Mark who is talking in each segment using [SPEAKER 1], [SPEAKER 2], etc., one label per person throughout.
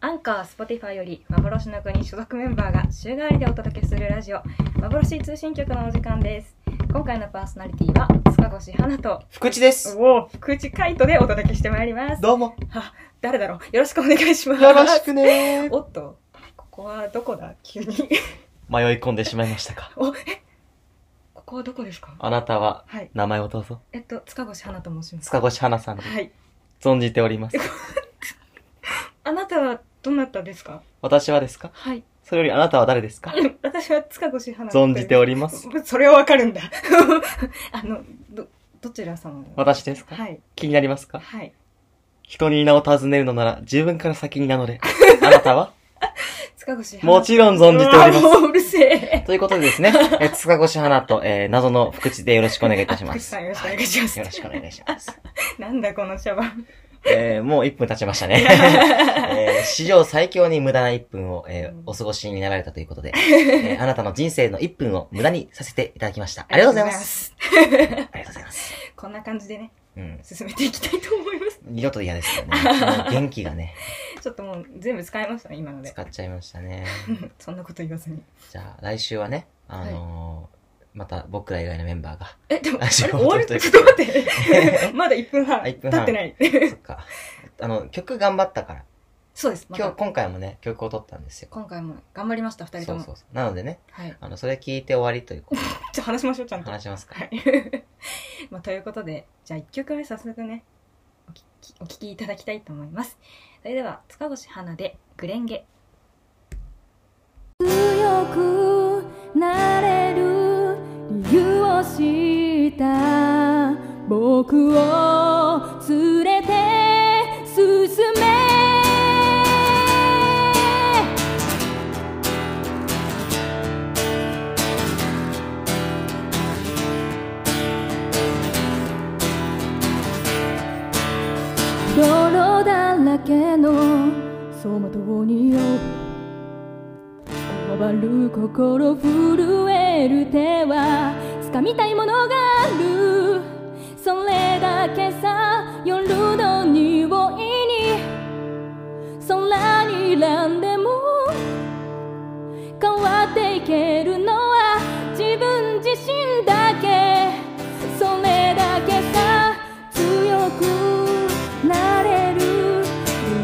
[SPEAKER 1] アンカー、Spotify より幻の国所属メンバーが週替わりでお届けするラジオ幻通信局のお時間です今回のパーソナリティは塚越花と
[SPEAKER 2] 福地です。
[SPEAKER 1] おお福地海斗でお届けしてまいります
[SPEAKER 2] どうも。
[SPEAKER 1] 誰だろうよろしくお願いします
[SPEAKER 2] よろしくね
[SPEAKER 1] おっとここはどこだ急に
[SPEAKER 2] 迷い込んでしまいましたか。
[SPEAKER 1] おえここはどこですか
[SPEAKER 2] あなたは、
[SPEAKER 1] はい
[SPEAKER 2] 名前をどうぞ。
[SPEAKER 1] えっと塚越花と申します
[SPEAKER 2] 塚越花さんで
[SPEAKER 1] はい
[SPEAKER 2] 存じております。
[SPEAKER 1] あなたはどなたですか
[SPEAKER 2] 私はですか
[SPEAKER 1] はい
[SPEAKER 2] それよりあなたは誰ですか
[SPEAKER 1] 私は塚越花
[SPEAKER 2] 存じて
[SPEAKER 1] お
[SPEAKER 2] おります。
[SPEAKER 1] それはわかるんだ あのどどちら様
[SPEAKER 2] 私ですか
[SPEAKER 1] はい
[SPEAKER 2] 気になりますか
[SPEAKER 1] はい
[SPEAKER 2] 人に名を尋ねるのなら自分から先に名 乗れ。あなたは
[SPEAKER 1] 塚越
[SPEAKER 2] もちろん存じております
[SPEAKER 1] うわもううるせえ
[SPEAKER 2] ということでですね、え塚越花と、えー謎の福地でよろしくお願いいたしま
[SPEAKER 1] あ福地
[SPEAKER 2] す。
[SPEAKER 1] さんよろしくお願いします
[SPEAKER 2] はよろしくお願いします。
[SPEAKER 1] なんだこの茶番
[SPEAKER 2] えーもう1分経ちましたね。 えー史上最強に無駄な1分を、えーお過ごしになられたということで、えーあなたの人生の1分を無駄にさせていただきました。ありがとうございます。ありがとうございます。
[SPEAKER 1] こんな感じでね
[SPEAKER 2] うん。
[SPEAKER 1] 進めていきたいと思います
[SPEAKER 2] 二度と嫌ですよね。もう元気 がね、
[SPEAKER 1] ちょっともう全部使いましたね今ので
[SPEAKER 2] 使っちゃいましたね。
[SPEAKER 1] そんなこと言わずに
[SPEAKER 2] じゃあ、来週はね、あのーまた僕ら以外のメンバーが、
[SPEAKER 1] えでも
[SPEAKER 2] あ
[SPEAKER 1] あれ
[SPEAKER 2] 仕
[SPEAKER 1] 終
[SPEAKER 2] 事
[SPEAKER 1] わる
[SPEAKER 2] と
[SPEAKER 1] ち
[SPEAKER 2] い
[SPEAKER 1] ょ
[SPEAKER 2] う
[SPEAKER 1] っ
[SPEAKER 2] こと
[SPEAKER 1] 待って まだ1分半
[SPEAKER 2] あ一分
[SPEAKER 1] 経っ
[SPEAKER 2] 半
[SPEAKER 1] てない
[SPEAKER 2] そっか。あの、曲頑張ったから。
[SPEAKER 1] そうですま
[SPEAKER 2] 今日、
[SPEAKER 1] た
[SPEAKER 2] 今回もね、曲を取ったんですよ。
[SPEAKER 1] 今回も頑張りました2人
[SPEAKER 2] そ
[SPEAKER 1] と
[SPEAKER 2] う
[SPEAKER 1] も
[SPEAKER 2] そうそう。なのでね、
[SPEAKER 1] はい
[SPEAKER 2] あの、それ聞いて終わりということ
[SPEAKER 1] ちょっと話しましょうちゃん
[SPEAKER 2] で
[SPEAKER 1] と
[SPEAKER 2] 話しますか。
[SPEAKER 1] はい まあ、ということでじゃあ1曲目早速ねお聴きお聞きいただきたいと思いますそれでは塚越花で「グレンゲ」
[SPEAKER 3] 強くなれる理由を知った僕を連れて進め泥だらけの走馬灯によ暴る心震える手は掴みたいものがあるそれだけさ夜の匂いに空にらんでも変わっていけるのは自分自身だけそれだけさ強くなれる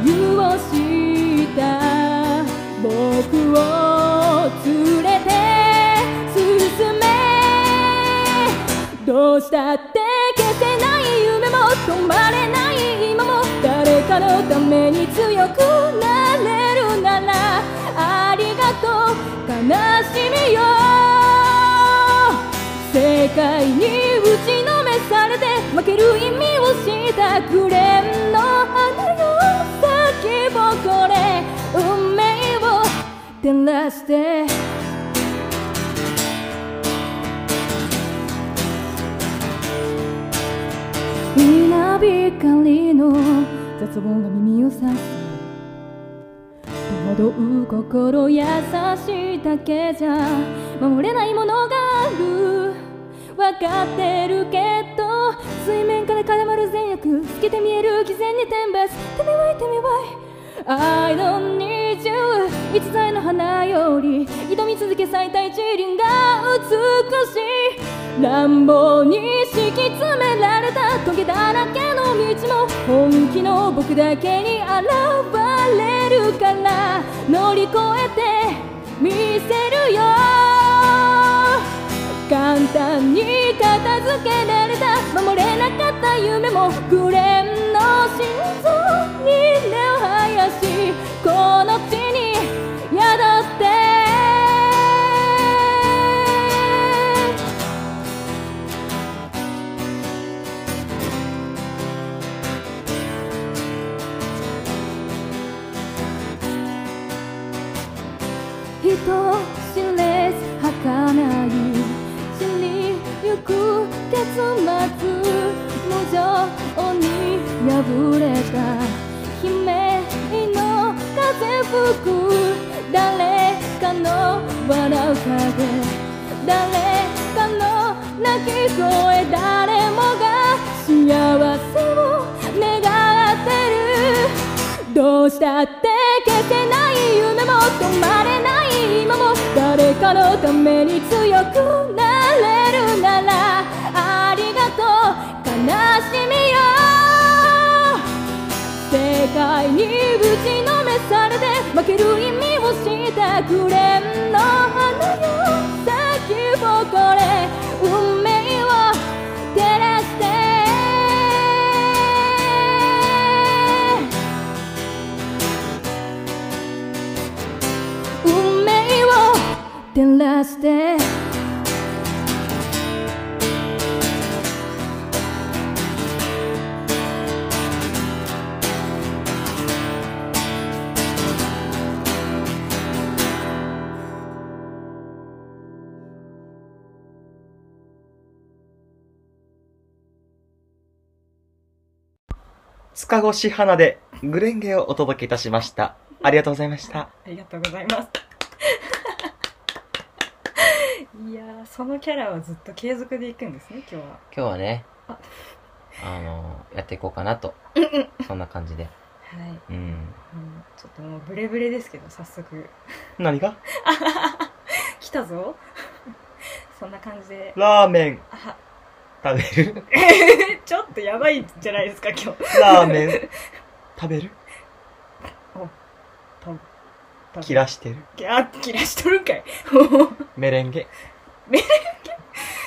[SPEAKER 3] 理由を知った僕を連れて進めどうしたって消せない夢も止まれない今も誰かのために強くなれるならありがとう悲しみよ世界に打ちのめされて負ける意味をしたクレーンの花よ先もこれ運命を照らして稲光の雑音が耳を刺す戸惑う心優しいだけじゃ守れないものがあるわかってるけど水面から絡まる善悪透けて見える偽善に天罰てめわいてめわい I don't need you 一剤の花より挑み続け最大一輪が美しい乱暴に敷き詰められた棘だらけの道も本気の僕だけに現れるから乗り越えてみせるよ簡単に片付けられた守れなかった夢もグレンの心臓に根を生やしこの地に宿人知れず儚い死にゆく結末無情に破れた悲鳴の風吹く誰かの笑う影誰かの泣き声誰もが幸せを願ってるどうしたって消せない夢も止まれない今も誰かのために強くなれるならありがとう悲しみよ世界にぶちのめされて負ける意味をしたくれんの花よ先をこれ運命を照らして運命を照らして
[SPEAKER 2] 塚越花でグレンゲをお届けいたしました。ありがとうございました。
[SPEAKER 1] ありがとうございます。 いやー、そのキャラはずっと継続でいくんですね、今日は。
[SPEAKER 2] 今日はね
[SPEAKER 1] あ、
[SPEAKER 2] あの、やっていこうかなと。そんな感じで。
[SPEAKER 1] はい。うん
[SPEAKER 2] うん。
[SPEAKER 1] ちょっともうブレブレですけど、早速。
[SPEAKER 2] 何が
[SPEAKER 1] 来たぞ。 そんな感じで。
[SPEAKER 2] ラーメン
[SPEAKER 1] あ、
[SPEAKER 2] 食べる
[SPEAKER 1] ちょっとやばいじゃないですか、今日。
[SPEAKER 2] ラーメン食べる
[SPEAKER 1] た
[SPEAKER 2] 切らしてる
[SPEAKER 1] あ、切らしとるんかい。
[SPEAKER 2] メレンゲ。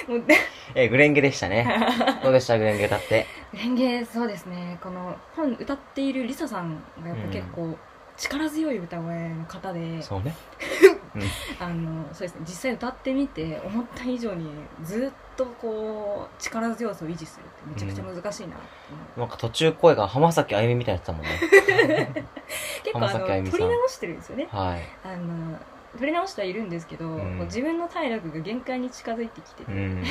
[SPEAKER 1] もうで
[SPEAKER 2] えー、グレンゲでしたね。どうでしたグレンゲ歌って。
[SPEAKER 1] レンゲそうですねこの本歌っているリサさんがやっぱ結構力強い歌声の方 で、
[SPEAKER 2] そうね。
[SPEAKER 1] あのそうですね実際歌ってみて思った以上にずっとこう力強さを維持するってめちゃくちゃ難しいなって思う、
[SPEAKER 2] なんか途中声が浜崎あゆみみたいになってたもんね。
[SPEAKER 1] 結構あ
[SPEAKER 2] 浜崎あゆ
[SPEAKER 1] の
[SPEAKER 2] みさん
[SPEAKER 1] 取り直してるんですよね
[SPEAKER 2] はい。
[SPEAKER 1] あの取り直してはいるんですけど、
[SPEAKER 2] ん
[SPEAKER 1] こう自分の体力が限界に近づいてきてて、
[SPEAKER 2] うん。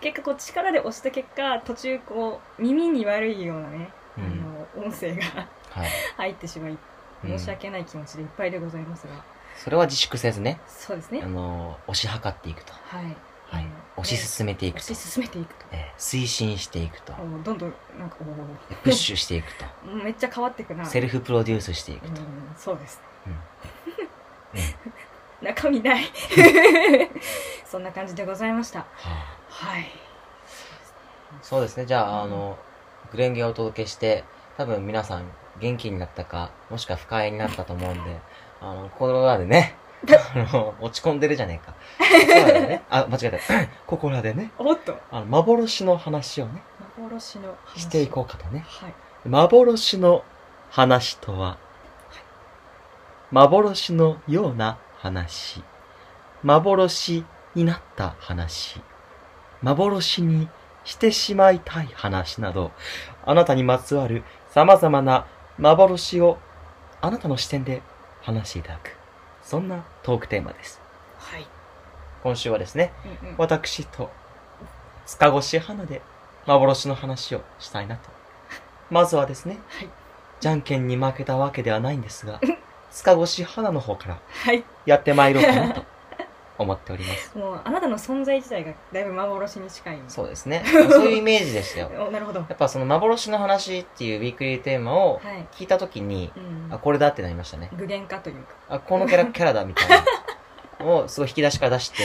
[SPEAKER 1] 結果こう力で押した結果途中こう耳に悪いようなね、
[SPEAKER 2] う
[SPEAKER 1] あの音声が
[SPEAKER 2] はい。
[SPEAKER 1] 入ってしまい
[SPEAKER 2] うん
[SPEAKER 1] 申し訳ない気持ちでいっぱいでございますが、
[SPEAKER 2] それは自粛せずね、
[SPEAKER 1] そうです
[SPEAKER 2] あ
[SPEAKER 1] ね
[SPEAKER 2] の、推し量っていくと。
[SPEAKER 1] はい、
[SPEAKER 2] は
[SPEAKER 1] う
[SPEAKER 2] い
[SPEAKER 1] ん。
[SPEAKER 2] 推し進めていくと
[SPEAKER 1] 推し。進めていくと
[SPEAKER 2] えー推進していくと。
[SPEAKER 1] おどんどんなんかお
[SPEAKER 2] プッシュしていくと。
[SPEAKER 1] ーめっちゃ変わっていくな
[SPEAKER 2] セルフプロデュースしていくと。
[SPEAKER 1] うんそうです、
[SPEAKER 2] うん
[SPEAKER 1] 中身ないそんな感じでございました
[SPEAKER 2] は
[SPEAKER 1] はい
[SPEAKER 2] あそうですね。じゃあ、あの、グレンゲをお届けして、多分皆さん元気になったか、もしくは不快になったと思うん で、あの、心らでね、あの、落ち込んでるじゃねえ か。心らでね、あ、間違えた。心らでね、
[SPEAKER 1] おっと
[SPEAKER 2] あの、幻の話をね、
[SPEAKER 1] 幻の話
[SPEAKER 2] していこうかとね。
[SPEAKER 1] はい
[SPEAKER 2] 幻の話とは、幻のような話、幻になった話、幻にしてしまいたい話など、あなたにまつわる様々な幻をあなたの視点で話していただく、そんなトークテーマです。
[SPEAKER 1] はい、
[SPEAKER 2] 今週はですね、
[SPEAKER 1] うんうん、
[SPEAKER 2] 私と塚越花で幻の話をしたいなとまずはですね、
[SPEAKER 1] はい
[SPEAKER 2] じゃんけんに負けたわけではないんですが 塚越花の方から
[SPEAKER 1] はい
[SPEAKER 2] やってまいろうかなと思っております
[SPEAKER 1] もうあなたの存在自体がだいぶ幻に近い
[SPEAKER 2] そうですね そういうイメージでしたよ
[SPEAKER 1] おなるほどは
[SPEAKER 2] やっぱその幻の話っていうウィークリーテーマを
[SPEAKER 1] い、
[SPEAKER 2] 聞いた時に
[SPEAKER 1] うん
[SPEAKER 2] あ、これだってなりましたね
[SPEAKER 1] 具現化というか
[SPEAKER 2] あこのキャ ラキャラだみたいなのをすごい引き出しから出して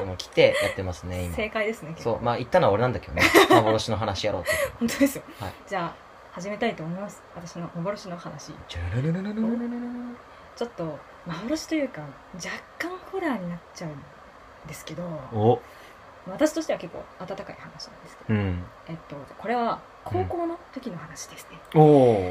[SPEAKER 2] あの来てやってますね 今
[SPEAKER 1] 正解ですね結構
[SPEAKER 2] そうまあ言ったのは俺なんだけどね幻の話やろうって
[SPEAKER 1] 本当ですよ、
[SPEAKER 2] はい
[SPEAKER 1] じゃあ始めたいと思います私の幻の話
[SPEAKER 2] ジュルルルルルルルルル
[SPEAKER 1] ちょっと幻というか若干ホラーになっちゃうんですけど
[SPEAKER 2] お、
[SPEAKER 1] 私としては結構温かい話なんですけど、
[SPEAKER 2] うん。
[SPEAKER 1] えっと、これは高校の時の話ですね、
[SPEAKER 2] おお。
[SPEAKER 1] は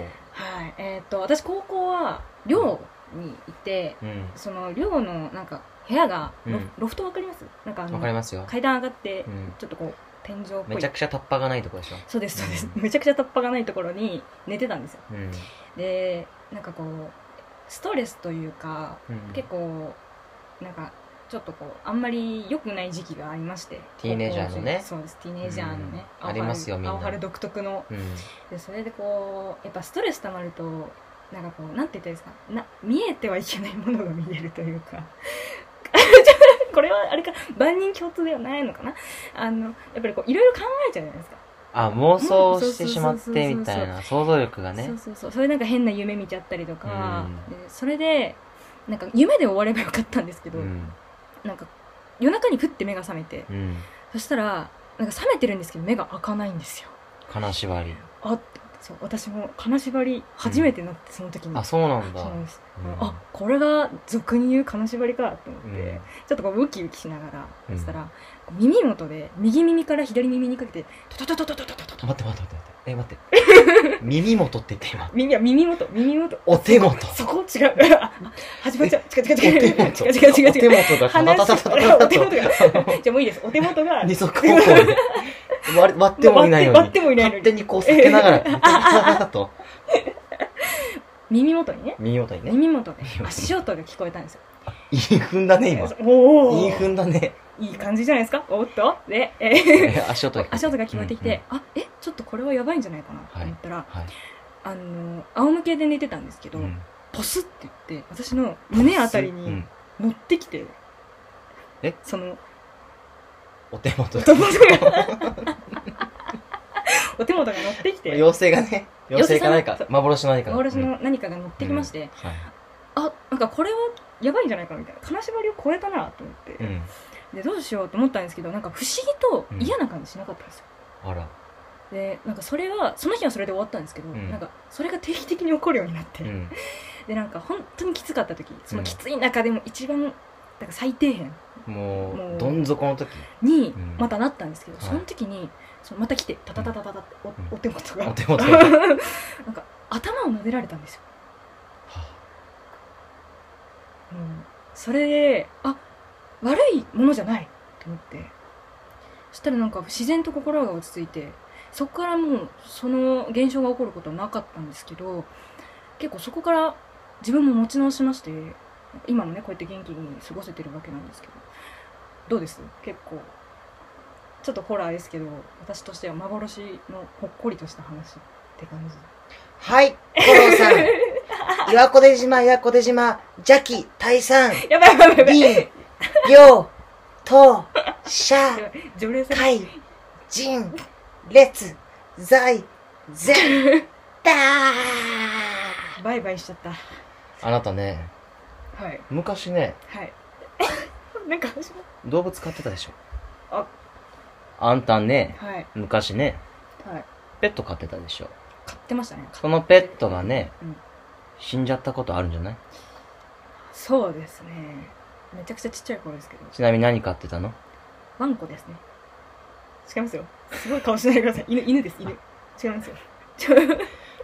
[SPEAKER 1] いえっと私高校は寮にいて
[SPEAKER 2] うん。
[SPEAKER 1] その寮のなんか部屋がロ,、
[SPEAKER 2] うん
[SPEAKER 1] ロフトわかりますなんかあ
[SPEAKER 2] わかり
[SPEAKER 1] の
[SPEAKER 2] ますよ。
[SPEAKER 1] 階段上がって
[SPEAKER 2] うん。
[SPEAKER 1] ちょっとこう天井っぽ
[SPEAKER 2] め
[SPEAKER 1] い
[SPEAKER 2] ちゃくちゃタッパがないとこでしょ。
[SPEAKER 1] そうですそうですめちゃくちゃ突破がないところに寝てたんですよ
[SPEAKER 2] うん。
[SPEAKER 1] でなんかこうストレスというか
[SPEAKER 2] うん
[SPEAKER 1] 結構なんかちょっとこうあんまり良くない時期がありまして
[SPEAKER 2] ティーネイジャーのね
[SPEAKER 1] 高校生そうですティーネイジャーのね、
[SPEAKER 2] うんありますよみんな
[SPEAKER 1] 青春独特の
[SPEAKER 2] うん。
[SPEAKER 1] でそれでこうやっぱストレス溜まるとなんかこうなんて言ったらいいですかな見えてはいけないものが見えるというか ちょっとこれはあれか万人共通ではないのかなあのやっぱりこういろいろ考えちゃうじゃないですか、
[SPEAKER 2] あ、妄想
[SPEAKER 1] うん
[SPEAKER 2] してしまっ
[SPEAKER 1] そうそうそうそう
[SPEAKER 2] てみたいな、想像力がね
[SPEAKER 1] そう。そうそうそれなんか変な夢見ちゃったりとか、でそれでなんか夢で終わればよかったんですけ
[SPEAKER 2] う
[SPEAKER 1] ど、
[SPEAKER 2] ん。
[SPEAKER 1] なんか夜中にふって目が覚めて
[SPEAKER 2] うん。
[SPEAKER 1] そしたらなんか覚めてるんですけど目が開かないんですよ
[SPEAKER 2] 金縛り。
[SPEAKER 1] あそう私も金縛り初めてなって、その時に
[SPEAKER 2] あ、そうなんだ
[SPEAKER 1] そう。です、
[SPEAKER 2] うん
[SPEAKER 1] あこれが俗に言う金縛りかと思って、
[SPEAKER 2] うん
[SPEAKER 1] ちょっとこうウキウキしながら、
[SPEAKER 2] うん
[SPEAKER 1] そしたら耳元で右耳から左耳にかけてトトトトトトトトト
[SPEAKER 2] 待って待って待って待って。え、待って。耳元って言って今。
[SPEAKER 1] 耳は耳元耳元
[SPEAKER 2] お手元。
[SPEAKER 1] そこ 違うあ始まっちゃう違う違
[SPEAKER 2] お手
[SPEAKER 1] う違う違う違う
[SPEAKER 2] 元。
[SPEAKER 1] 違う違う違う
[SPEAKER 2] お手元がタタタタタタタ
[SPEAKER 1] 話 お手
[SPEAKER 2] タ
[SPEAKER 1] じゃあもういいですお手元が
[SPEAKER 2] 二足歩行で。 割割ってもいないのに。
[SPEAKER 1] 割って割ってもいないのに
[SPEAKER 2] 勝手にこう避けな がら、タタタタと。
[SPEAKER 1] 耳元にね
[SPEAKER 2] 耳元にね。
[SPEAKER 1] 耳元で
[SPEAKER 2] 耳元に
[SPEAKER 1] 足音が聞こえたんですよ
[SPEAKER 2] いい踏んだね、今。
[SPEAKER 1] おお
[SPEAKER 2] いい踏んだ ね。
[SPEAKER 1] いい感じじゃないですかおっとで、えー
[SPEAKER 2] え足音が聞こえ
[SPEAKER 1] 足音が聞こえてきて、あえちょっとこれはやばいんじゃないかなと思ったら、
[SPEAKER 2] はい。
[SPEAKER 1] あの仰向けで寝てたんですけど、
[SPEAKER 2] うん
[SPEAKER 1] ポスって言って私の胸あたり
[SPEAKER 2] う
[SPEAKER 1] に
[SPEAKER 2] ん
[SPEAKER 1] 乗ってきて、
[SPEAKER 2] え
[SPEAKER 1] その
[SPEAKER 2] お手元
[SPEAKER 1] お手元が お手元が乗ってきて
[SPEAKER 2] 妖精がね、妖精か何
[SPEAKER 1] 妖精さ
[SPEAKER 2] か
[SPEAKER 1] ん、
[SPEAKER 2] 幻の何かが。
[SPEAKER 1] 私
[SPEAKER 2] うん
[SPEAKER 1] の何かが乗ってきまして、
[SPEAKER 2] はい
[SPEAKER 1] あなんかこれはやばいんじゃないかみたいな金縛りを超えたなと思って、
[SPEAKER 2] うん。
[SPEAKER 1] でどうしようと思ったんですけどなんか不思議と嫌な感じしなかったんですよ、
[SPEAKER 2] あら。
[SPEAKER 1] でなんかそれはその日はそれで終わったんですけど、
[SPEAKER 2] うん
[SPEAKER 1] なんかそれが定期的に起こるようになって、
[SPEAKER 2] うん。
[SPEAKER 1] でなんか本当にきつかった時その
[SPEAKER 2] うん
[SPEAKER 1] きつい中でも一番なんか最底辺
[SPEAKER 2] も
[SPEAKER 1] も
[SPEAKER 2] う、
[SPEAKER 1] う
[SPEAKER 2] どん底の時、
[SPEAKER 1] に
[SPEAKER 2] うん
[SPEAKER 1] またなったんですけど、
[SPEAKER 2] はい
[SPEAKER 1] その時にそのまた来てタタタタタタってお,、
[SPEAKER 2] ん
[SPEAKER 1] お手元が
[SPEAKER 2] お手元
[SPEAKER 1] な
[SPEAKER 2] が。
[SPEAKER 1] んか頭を撫でられたんですよ、うん、それであ悪いものじゃないと思ってそしたらなんか自然と心が落ち着いてそこからもうその現象が起こることはなかったんですけど結構そこから自分も持ち直しまして今もねこうやって元気に過ごせてるわけなんですけどどうです結構ちょっとホラーですけど私としては幻のほっこりとした話って感じ
[SPEAKER 2] はい、コロさん。岩小出島、岩小出島、邪気、退散、
[SPEAKER 1] やばいやばいやばい
[SPEAKER 2] 林、行、 と、社、
[SPEAKER 1] 除霊され
[SPEAKER 2] 海、人、列、在、全、だ
[SPEAKER 1] バイバイしちゃった
[SPEAKER 2] あなたね、
[SPEAKER 1] はい
[SPEAKER 2] 昔ね、
[SPEAKER 1] はい なんか始まっ
[SPEAKER 2] 動物飼ってたでしょ。
[SPEAKER 1] あ、
[SPEAKER 2] あんたね、
[SPEAKER 1] たはい
[SPEAKER 2] 昔ね、
[SPEAKER 1] はい
[SPEAKER 2] ペット飼ってたでしょ。
[SPEAKER 1] 買ってましたね
[SPEAKER 2] そのペットがね、
[SPEAKER 1] うん
[SPEAKER 2] 死んじゃったことあるんじゃない
[SPEAKER 1] そうですねめちゃくちゃちっちゃい頃ですけど
[SPEAKER 2] ちなみに何飼ってたの
[SPEAKER 1] ワンコですね違いますよすごい顔しないでください犬犬です犬違いますよちょ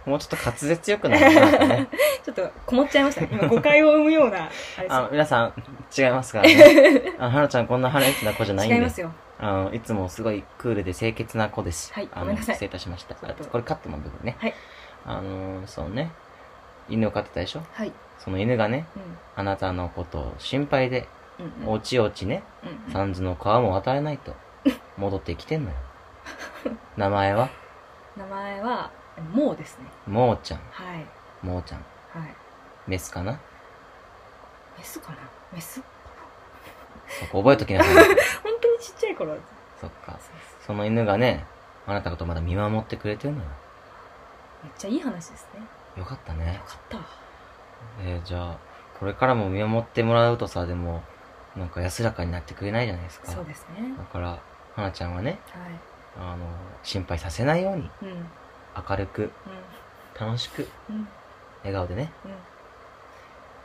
[SPEAKER 2] もうちょっと滑舌よく ないなんかね。
[SPEAKER 1] ちょっとこもっちゃいましたね今誤解を生むようなあれ
[SPEAKER 2] あの、
[SPEAKER 1] で
[SPEAKER 2] 皆さん、違いますから ね。あの、はなちゃんこんな腹いつな子じゃない
[SPEAKER 1] す
[SPEAKER 2] んで。
[SPEAKER 1] 違いますよ
[SPEAKER 2] あの、いつもすごいクールで清潔な子です。
[SPEAKER 1] はい
[SPEAKER 2] あ
[SPEAKER 1] ご
[SPEAKER 2] の、
[SPEAKER 1] めんなさい
[SPEAKER 2] 失礼いたしました。
[SPEAKER 1] ちょっと
[SPEAKER 2] これカットの部分ね。
[SPEAKER 1] はい。
[SPEAKER 2] あの、そうね。犬を飼ってたでしょ
[SPEAKER 1] はい
[SPEAKER 2] その犬がね、
[SPEAKER 1] うん
[SPEAKER 2] あなたのことを心配で、
[SPEAKER 1] うんうん
[SPEAKER 2] おちおちね、
[SPEAKER 1] うん
[SPEAKER 2] サンズの皮も与えない と、戻ってきてんのよ。名前は、
[SPEAKER 1] 名前はもうですね
[SPEAKER 2] もーちゃん。
[SPEAKER 1] はい
[SPEAKER 2] もーちゃん。
[SPEAKER 1] はい
[SPEAKER 2] メスかな
[SPEAKER 1] メスかなメス
[SPEAKER 2] そこ覚えときなさい。
[SPEAKER 1] 本当にちっちゃい頃です
[SPEAKER 2] そっか。
[SPEAKER 1] そうそう
[SPEAKER 2] その犬がね、あなたのことまだ見守ってくれてるのよ。
[SPEAKER 1] めっちゃいい話ですね
[SPEAKER 2] よかった
[SPEAKER 1] よ
[SPEAKER 2] ね。
[SPEAKER 1] かったわ
[SPEAKER 2] えー、じゃあ、これからも見守ってもらうとさ、でも、なんか安らかになってくれないじゃないですか。
[SPEAKER 1] そうですね
[SPEAKER 2] だから、はなちゃんはね、
[SPEAKER 1] はい
[SPEAKER 2] あの、心配させないように、
[SPEAKER 1] うんうん
[SPEAKER 2] 明るく、楽しく、
[SPEAKER 1] うん
[SPEAKER 2] 笑顔でね、
[SPEAKER 1] うん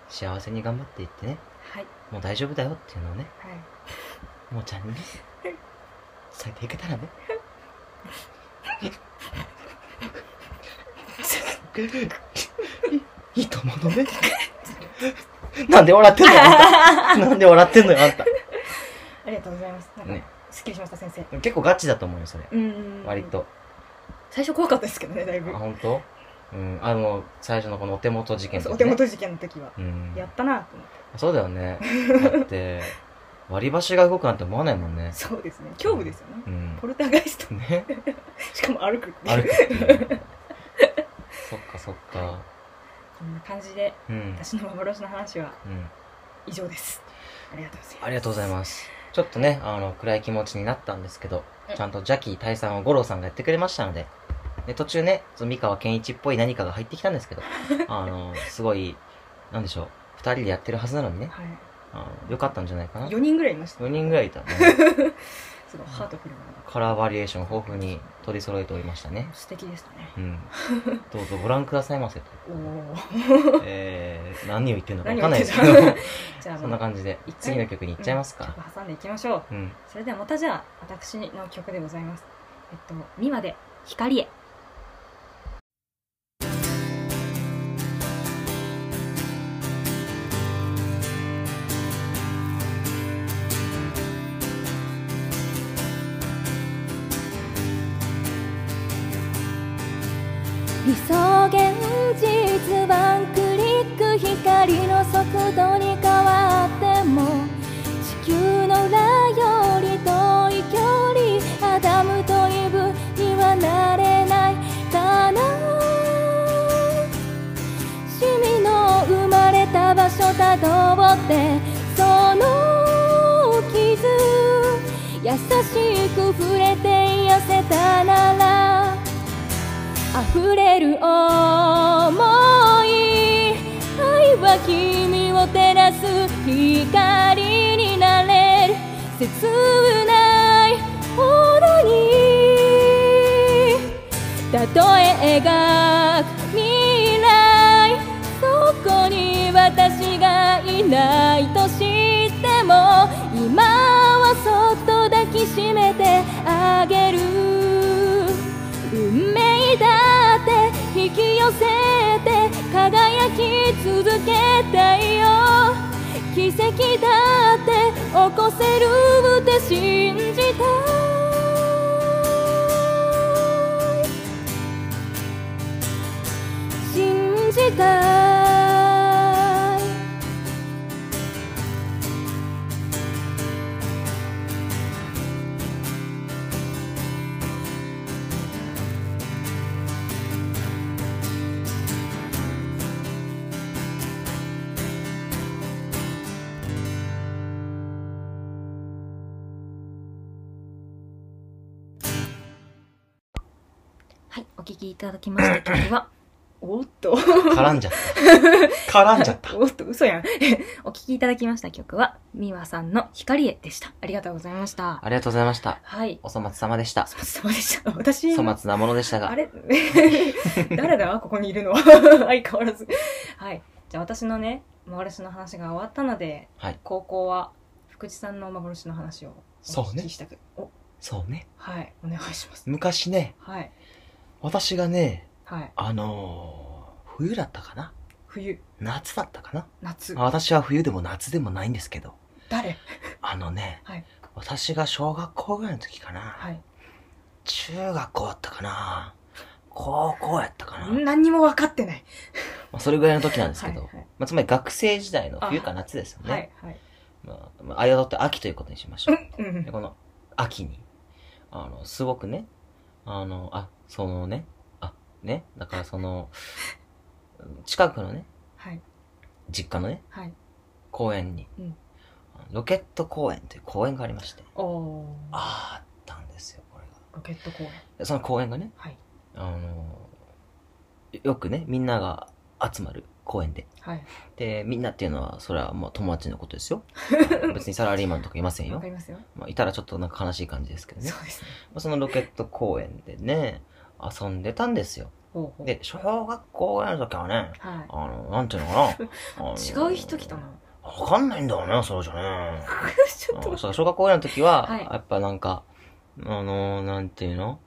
[SPEAKER 2] 幸せに頑張っていってね、
[SPEAKER 1] はい
[SPEAKER 2] もう大丈夫だよっていうのをね、
[SPEAKER 1] はい
[SPEAKER 2] もうちゃ んにね、伝えていけたらね。いいと思うのね。なんで笑ってんのよ、あんた。なんで笑ってんのよ、あんた。
[SPEAKER 1] ありがとうございますなんか、
[SPEAKER 2] ね
[SPEAKER 1] すっきりしました先生
[SPEAKER 2] 結構ガチだと思うよ、それ。
[SPEAKER 1] うん
[SPEAKER 2] 割と。
[SPEAKER 1] 最初怖かったですけどねだい
[SPEAKER 2] あ、
[SPEAKER 1] ぶ
[SPEAKER 2] 本当？うん。あの、最初のこのお手元事件と
[SPEAKER 1] そう
[SPEAKER 2] か
[SPEAKER 1] お
[SPEAKER 2] ね
[SPEAKER 1] 手元事件の時は
[SPEAKER 2] うん。
[SPEAKER 1] やったなと思って
[SPEAKER 2] うそうだよね。だ って、割り箸が動くなんて思わないもんね。
[SPEAKER 1] そうですね胸部ですよね、
[SPEAKER 2] うん
[SPEAKER 1] ポ。ルターガイスト
[SPEAKER 2] ね。
[SPEAKER 1] しかも歩く
[SPEAKER 2] 歩くっていう。そっかそっか。
[SPEAKER 1] こんな感じで
[SPEAKER 2] うん。
[SPEAKER 1] 私の幻の話は
[SPEAKER 2] うん。
[SPEAKER 1] 以上ですありがとうございます
[SPEAKER 2] ありがとうございます。ちょっとね、あの、暗い気持ちになったんですけど
[SPEAKER 1] う、ん
[SPEAKER 2] ちゃんとジャッキー大佐を五郎さんがやってくれましたので、で、途中ね、その三河健一っぽい何かが入ってきたんです けど、あの、すごい、なんでしょう、二人でやってるはずなのにね、
[SPEAKER 1] はい
[SPEAKER 2] あのよかったんじゃないかな。
[SPEAKER 1] 4人ぐらいいました
[SPEAKER 2] 4人ぐらいいたね。
[SPEAKER 1] すごいハートフルな
[SPEAKER 2] カラーバリエーション豊富に取り揃えておりましたね。
[SPEAKER 1] 素敵でしたね
[SPEAKER 2] うん。どうぞご覧くださいませ と。
[SPEAKER 1] おおー
[SPEAKER 2] えー、何を言ってるのかわかんないですけ
[SPEAKER 1] 何を言 っ
[SPEAKER 2] ど、
[SPEAKER 1] じゃあ
[SPEAKER 2] そんな
[SPEAKER 1] もう
[SPEAKER 2] 感じで、次の曲に行っちゃいますか。
[SPEAKER 1] 曲挟んでいきましょう
[SPEAKER 2] うん。
[SPEAKER 1] それではまたじゃあ私の曲でございますえっと「ミワで光へ」
[SPEAKER 3] 理想現実ワンクリック光の速度に変わっても地球の裏より遠い距離アダムとイブにはなれないかな君の生まれた場所たどってその傷優しく触れて癒せたなら溢れる想い愛は君を照らす光になれる切ないほどにたとえ描く未来そこに私がいないとしても今はそっと抱きしめてあげる運命だって引き寄せて輝き続けたいよ奇跡だって起こせるって信じたい信じたい
[SPEAKER 1] はいお聴きいただきました曲は おっと
[SPEAKER 2] 絡んじゃ った。絡んじゃった。
[SPEAKER 1] おっと嘘やんお聴きいただきました曲はミワさんの「光へ」でしたありがとうございました
[SPEAKER 2] ありがとうございました。
[SPEAKER 1] はい
[SPEAKER 2] お粗末様でした
[SPEAKER 1] お。粗末様でした 私の
[SPEAKER 2] 粗末なものでしたが。
[SPEAKER 1] あれ 誰だここにいるのは 相変わらず。はい。じゃあ私のね、幻の話が終わったので、
[SPEAKER 2] はい
[SPEAKER 1] 高校は福地さんの幻の話をお
[SPEAKER 2] そう
[SPEAKER 1] 聞
[SPEAKER 2] ね
[SPEAKER 1] きしたく、お
[SPEAKER 2] そうね。
[SPEAKER 1] はい、お願いします。
[SPEAKER 2] 昔ね、
[SPEAKER 1] はい。
[SPEAKER 2] 私がね、
[SPEAKER 1] はい。
[SPEAKER 2] あのー、冬だったかな
[SPEAKER 1] 冬、
[SPEAKER 2] 夏だったかな
[SPEAKER 1] 夏
[SPEAKER 2] ま、あ私は冬でも夏でもないんですけど、
[SPEAKER 1] 誰
[SPEAKER 2] あのね、
[SPEAKER 1] はい
[SPEAKER 2] 私が小学校ぐらいの時かな、
[SPEAKER 1] はい。
[SPEAKER 2] 中学校だったかな高校やったかな、ま
[SPEAKER 1] 何にも分かってない。
[SPEAKER 2] あ、それぐらいの時なんですけど、
[SPEAKER 1] はいはい
[SPEAKER 2] まあ、つまり学生時代の冬か
[SPEAKER 1] あ
[SPEAKER 2] 夏ですよね。
[SPEAKER 1] はい、はい。
[SPEAKER 2] まあ、まあ、間取って秋ということにしましょう。
[SPEAKER 1] うんうん
[SPEAKER 2] で、この秋に、あの、すごくね、あの、あ、そのね、あ、ね、だからその、近くのね、
[SPEAKER 1] はい、
[SPEAKER 2] 実家のね、
[SPEAKER 1] はい。
[SPEAKER 2] 公園に、
[SPEAKER 1] うん
[SPEAKER 2] ロケット公園という公園がありまして、
[SPEAKER 1] おー、
[SPEAKER 2] あったんですよ、これが。
[SPEAKER 1] ロケット公園。
[SPEAKER 2] でその公園がね、
[SPEAKER 1] はい、
[SPEAKER 2] あの、よくね、みんなが集まる公園で。
[SPEAKER 1] はい。
[SPEAKER 2] で、みんなっていうのは、それはもう友達のことですよ。 別にサラリーマンとかいません
[SPEAKER 1] わ
[SPEAKER 2] よ
[SPEAKER 1] か。りますよ。
[SPEAKER 2] まあ、いたらちょっとなんか悲しい感じですけどね。
[SPEAKER 1] そうですね。
[SPEAKER 2] まあそのロケット公園でね、遊んでたんですよ。
[SPEAKER 1] ほうほう。
[SPEAKER 2] で、小学校ぐらいの時はね、
[SPEAKER 1] は
[SPEAKER 2] あの、なんていうの かな。あの
[SPEAKER 1] い。違う人来たな。
[SPEAKER 2] わかんないんだよね、それじゃね。
[SPEAKER 1] ちょっ
[SPEAKER 2] あの
[SPEAKER 1] と、
[SPEAKER 2] そう小学校ぐらいの時は、
[SPEAKER 1] はい
[SPEAKER 2] やっぱなんか、あのなんていうの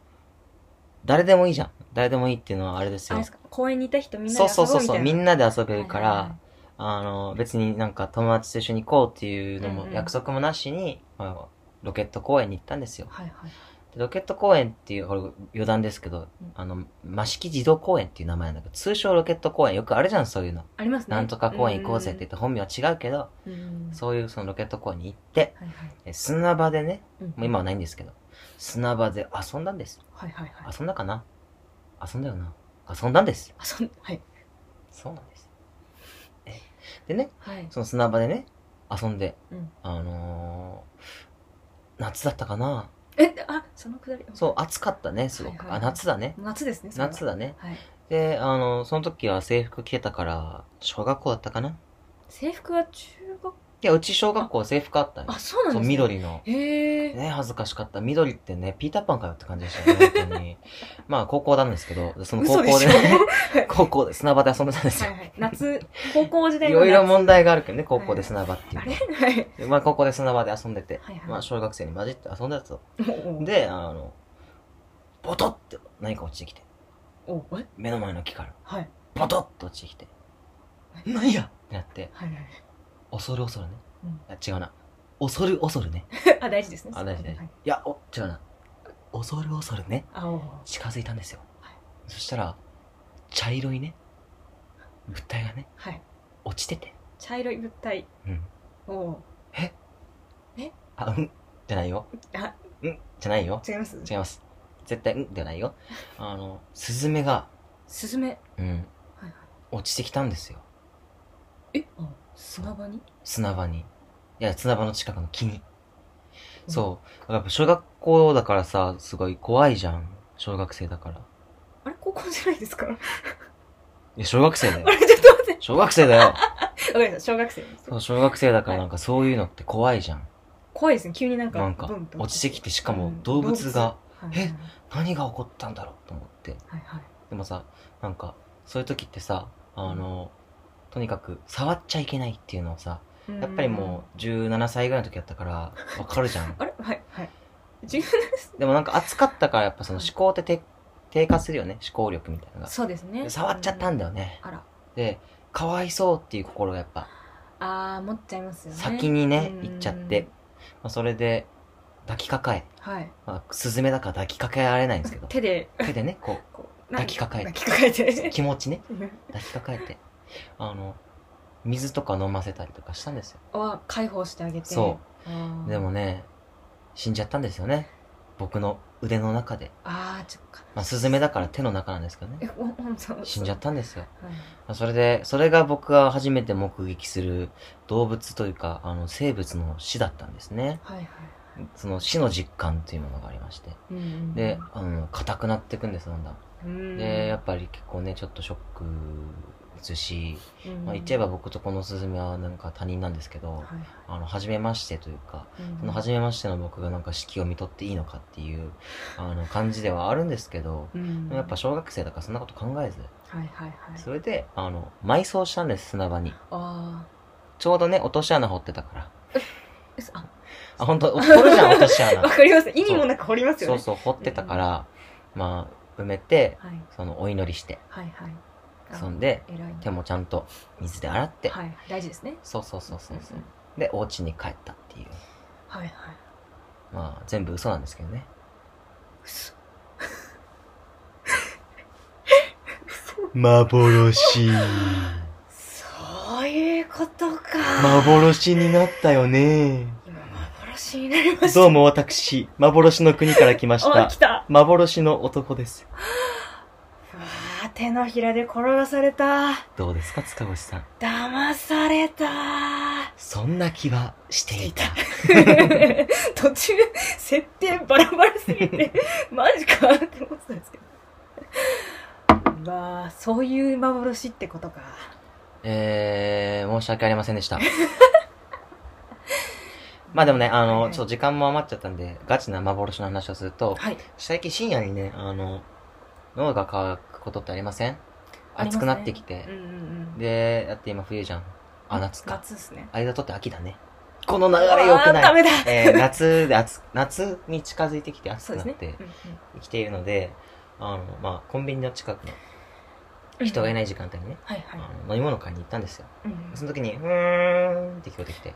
[SPEAKER 2] 誰でもいいじゃん。誰でもいいっていうのはあれです
[SPEAKER 1] あれ
[SPEAKER 2] よ
[SPEAKER 1] です。か、公園にいた人みんなで
[SPEAKER 2] そう
[SPEAKER 1] 遊
[SPEAKER 2] そう
[SPEAKER 1] ぼ
[SPEAKER 2] う
[SPEAKER 1] みたいな。
[SPEAKER 2] そうそう、みんなで遊べるから、
[SPEAKER 1] はいはいはい
[SPEAKER 2] あの、別になんか友達と一緒に行こうっていうの
[SPEAKER 1] う
[SPEAKER 2] も
[SPEAKER 1] んうん
[SPEAKER 2] 約束もなしに、まあロケット公園に行ったんですよ。
[SPEAKER 1] はいはい。
[SPEAKER 2] でロケット公園っていう、これ余談ですけど
[SPEAKER 1] うん、
[SPEAKER 2] あの、益城児童公園っていう名前なんだけど、通称ロケット公園よくあるじゃん、そういうの。
[SPEAKER 1] ありますね。
[SPEAKER 2] なんとか公園行こうぜって言って本名は違うけど、
[SPEAKER 1] うん。うん
[SPEAKER 2] そういうそのロケット公園に行って、
[SPEAKER 1] はいはい。
[SPEAKER 2] え砂場でね、
[SPEAKER 1] うん
[SPEAKER 2] もう今はないんですけど、砂場で遊んだんです。
[SPEAKER 1] はいはいはい。
[SPEAKER 2] 遊んだかな遊んだよな遊んだんです。
[SPEAKER 1] あ、そん、はい。
[SPEAKER 2] そうなんです。えでね、
[SPEAKER 1] はい。
[SPEAKER 2] その砂場でね、遊んで、
[SPEAKER 1] うん
[SPEAKER 2] あのー、夏だったかな
[SPEAKER 1] え、あ、そのくだり。
[SPEAKER 2] そう、暑かったね、すごく。
[SPEAKER 1] はいはい
[SPEAKER 2] あ、夏だね。
[SPEAKER 1] 夏ですね。それは
[SPEAKER 2] 夏。だね。
[SPEAKER 1] はい。
[SPEAKER 2] で、あの、その時は制服着てたから、小学校だったかない
[SPEAKER 1] 制服は中学
[SPEAKER 2] や、うち小学校制服あったね。
[SPEAKER 1] あ、そうなん
[SPEAKER 2] そう、
[SPEAKER 1] ですね。。
[SPEAKER 2] 緑の。
[SPEAKER 1] へえ。
[SPEAKER 2] ね、恥ずかしかった。緑ってね、ピーターパンかよって感じでしたね、本当に。まあ、高校なんですけど、その高
[SPEAKER 1] 嘘で
[SPEAKER 2] 校
[SPEAKER 1] し
[SPEAKER 2] で
[SPEAKER 1] ょ
[SPEAKER 2] ね、
[SPEAKER 1] はい
[SPEAKER 2] 高校で砂場で遊んでたんですよ。
[SPEAKER 1] はい。夏、高校時代
[SPEAKER 2] い
[SPEAKER 1] の
[SPEAKER 2] ろ
[SPEAKER 1] 夏
[SPEAKER 2] いろ問題があるけどね、高校で砂場っていう
[SPEAKER 1] あ
[SPEAKER 2] の
[SPEAKER 1] れ
[SPEAKER 2] は
[SPEAKER 1] はい。
[SPEAKER 2] で。まあ、高校で砂場で遊んでて
[SPEAKER 1] はいはい、
[SPEAKER 2] まあ、小学生に混じって遊んでたと。
[SPEAKER 1] おお
[SPEAKER 2] で、あの、ボトって何か落ちてきて、
[SPEAKER 1] おおえ
[SPEAKER 2] 目の前の木から、
[SPEAKER 1] はい。
[SPEAKER 2] ボトッと落ちてきて、なんやってなって、
[SPEAKER 1] はいはい。
[SPEAKER 2] 恐る恐るね
[SPEAKER 1] うん。
[SPEAKER 2] あ違うな。恐る恐 るね。
[SPEAKER 1] あ、大事ですね。
[SPEAKER 2] あ、大事大事。
[SPEAKER 1] はい
[SPEAKER 2] いや、お、違うな。恐る恐るね。
[SPEAKER 1] あ、おう
[SPEAKER 2] 近づいたんですよ、
[SPEAKER 1] はい
[SPEAKER 2] そしたら茶色いね物体がね
[SPEAKER 1] はい。
[SPEAKER 2] 落ちてて
[SPEAKER 1] 茶色い物体。
[SPEAKER 2] うん
[SPEAKER 1] おお
[SPEAKER 2] あうんじゃないよ
[SPEAKER 1] あ
[SPEAKER 2] うんじゃないよ
[SPEAKER 1] 違います
[SPEAKER 2] 違います絶対うんではない よあのスズメが
[SPEAKER 1] スズメ。
[SPEAKER 2] うん
[SPEAKER 1] はいはい。
[SPEAKER 2] 落ちてきたんですよ
[SPEAKER 1] えあ砂場に
[SPEAKER 2] 砂場にいや砂場の近くの木に
[SPEAKER 1] うん
[SPEAKER 2] そうやっぱ小学校だからさすごい怖いじゃん小学生だから
[SPEAKER 1] あれ高校じゃないですか
[SPEAKER 2] いや小学生だよ
[SPEAKER 1] あれちょっと待って。
[SPEAKER 2] 小学生だよ
[SPEAKER 1] ごめんなさい、小学生です。
[SPEAKER 2] そう小学生だからなんかそういうのって怖いじゃん
[SPEAKER 1] 怖いですね、急になんか。
[SPEAKER 2] なんか
[SPEAKER 1] ブンと
[SPEAKER 2] 落ちてきてしか
[SPEAKER 1] う
[SPEAKER 2] も
[SPEAKER 1] ん
[SPEAKER 2] 動物が、
[SPEAKER 1] 動物はい
[SPEAKER 2] え何が起こったんだろうと思って
[SPEAKER 1] はいはい。
[SPEAKER 2] でもさなんかそういう時ってさあのとにかく触っちゃいけないっていうのをさやっぱりもう17歳ぐらいの時だったからわかるじゃん
[SPEAKER 1] うん。あれはいはい。自分です。
[SPEAKER 2] でもなんか暑かったからやっぱその思考ってて低下するよね思考力みたいなのが
[SPEAKER 1] そうですね。
[SPEAKER 2] で触っちゃったん
[SPEAKER 1] だ。
[SPEAKER 2] だよね
[SPEAKER 1] あら。
[SPEAKER 2] でかわいそうっていう心がやっぱ、
[SPEAKER 1] あー、持っちゃいますよね。
[SPEAKER 2] 先にね
[SPEAKER 1] うん
[SPEAKER 2] 行っちゃって、ま。あ、それで抱きかかえ、
[SPEAKER 1] はい。
[SPEAKER 2] まあ、スズメだから抱きかかえられないんですけど
[SPEAKER 1] 手で、
[SPEAKER 2] 手でねこ
[SPEAKER 1] こう、
[SPEAKER 2] 抱きかかえて
[SPEAKER 1] 抱きかかえ
[SPEAKER 2] う
[SPEAKER 1] て。
[SPEAKER 2] 気持ちね抱きかかえてあの水とか飲ませたりとかしたんですよ
[SPEAKER 1] は解放してあげて。。
[SPEAKER 2] そうでも。ね死んじゃったんですよね僕の腕の中で、
[SPEAKER 1] あー、ちょっとか。
[SPEAKER 2] まあ、スズメだから手の中なんですけど
[SPEAKER 1] え、
[SPEAKER 2] ね
[SPEAKER 1] ほんと
[SPEAKER 2] 死んじゃったんですよ
[SPEAKER 1] た。はい
[SPEAKER 2] まあそれでそれが僕が初めて目撃する動物というかあの生物の死だったんですね
[SPEAKER 1] はいはい。
[SPEAKER 2] その死の実感というものがありまして
[SPEAKER 1] うんうん
[SPEAKER 2] で、あの硬くなっていくんですだんだん
[SPEAKER 1] うん
[SPEAKER 2] でやっぱり結構ねちょっとショックですし、まあ、言っちゃえば僕とこのスズメはなんか他人なんですけど、
[SPEAKER 1] はい
[SPEAKER 2] あの、初めましてというか、その
[SPEAKER 1] は
[SPEAKER 2] 初めましての僕がなんか式を見とっていいのかっていう、あの、感じではあるんですけど、
[SPEAKER 1] め、うん
[SPEAKER 2] でもやっぱ小学生だからそんなこと考えず、
[SPEAKER 1] はいはいはい
[SPEAKER 2] それで、あの、埋葬したんです、砂場に。
[SPEAKER 1] あ
[SPEAKER 2] ちょうどね、落とし穴掘ってたから。
[SPEAKER 1] ーえあ
[SPEAKER 2] あ、本当掘るじゃん、落とし
[SPEAKER 1] わ
[SPEAKER 2] 穴。
[SPEAKER 1] かります意味もなく掘りますよ
[SPEAKER 2] そう
[SPEAKER 1] ね
[SPEAKER 2] そう、掘ってたから、まあ、埋めて、
[SPEAKER 1] はい
[SPEAKER 2] その、お祈りして、
[SPEAKER 1] はいはいあ
[SPEAKER 2] そんで、
[SPEAKER 1] 偉い
[SPEAKER 2] 手
[SPEAKER 1] ね
[SPEAKER 2] もちゃんと水で洗って、
[SPEAKER 1] はい大事ですね
[SPEAKER 2] そうそうそうそうそう
[SPEAKER 1] うん。
[SPEAKER 2] で、お家に帰ったっていう。
[SPEAKER 1] はいはい
[SPEAKER 2] まあ、全部嘘なんですけどね。
[SPEAKER 1] 嘘
[SPEAKER 2] 幻。
[SPEAKER 1] そういうことか
[SPEAKER 2] 幻になったよね。
[SPEAKER 1] 今幻になりました
[SPEAKER 2] どうも私、幻の国から来まし
[SPEAKER 1] あ
[SPEAKER 2] た
[SPEAKER 1] 来。た
[SPEAKER 2] 幻の男です。
[SPEAKER 1] うわー手のひらで転がされた
[SPEAKER 2] どうですか、塚越さん。
[SPEAKER 1] 騙された
[SPEAKER 2] そんな気はしていた。
[SPEAKER 1] 途中設定バラバラすぎ てマジかって思ってたんですけどうわあそういう幻ってことか
[SPEAKER 2] えー、申し訳ありませんでした。 まあでもね、あ
[SPEAKER 1] はい
[SPEAKER 2] の
[SPEAKER 1] は、い
[SPEAKER 2] ちょっと時間も余っちゃったんで、ガチな幻の話をすると、
[SPEAKER 1] はい
[SPEAKER 2] 最近深夜にね、あの、脳が渇くことってありません
[SPEAKER 1] あります
[SPEAKER 2] 暑
[SPEAKER 1] ね
[SPEAKER 2] くなってき
[SPEAKER 1] うん
[SPEAKER 2] て。
[SPEAKER 1] うんうん
[SPEAKER 2] で、だって今冬じゃん。あ、夏か。
[SPEAKER 1] 夏ですね
[SPEAKER 2] 間取って秋だね。この流れ良く
[SPEAKER 1] あーダ
[SPEAKER 2] ない。
[SPEAKER 1] メだ
[SPEAKER 2] えー、夏で暑、夏に近づいてきて暑
[SPEAKER 1] そう
[SPEAKER 2] く
[SPEAKER 1] で
[SPEAKER 2] な
[SPEAKER 1] す
[SPEAKER 2] っ
[SPEAKER 1] ね
[SPEAKER 2] て
[SPEAKER 1] うんうん
[SPEAKER 2] 生きているので、あの、まあ、コンビニの近くの人がいない時間帯にね、
[SPEAKER 1] はいはい
[SPEAKER 2] あの飲み物買いに行ったんですよ。
[SPEAKER 1] うんうん
[SPEAKER 2] その時に、うーんって聞こえてきて、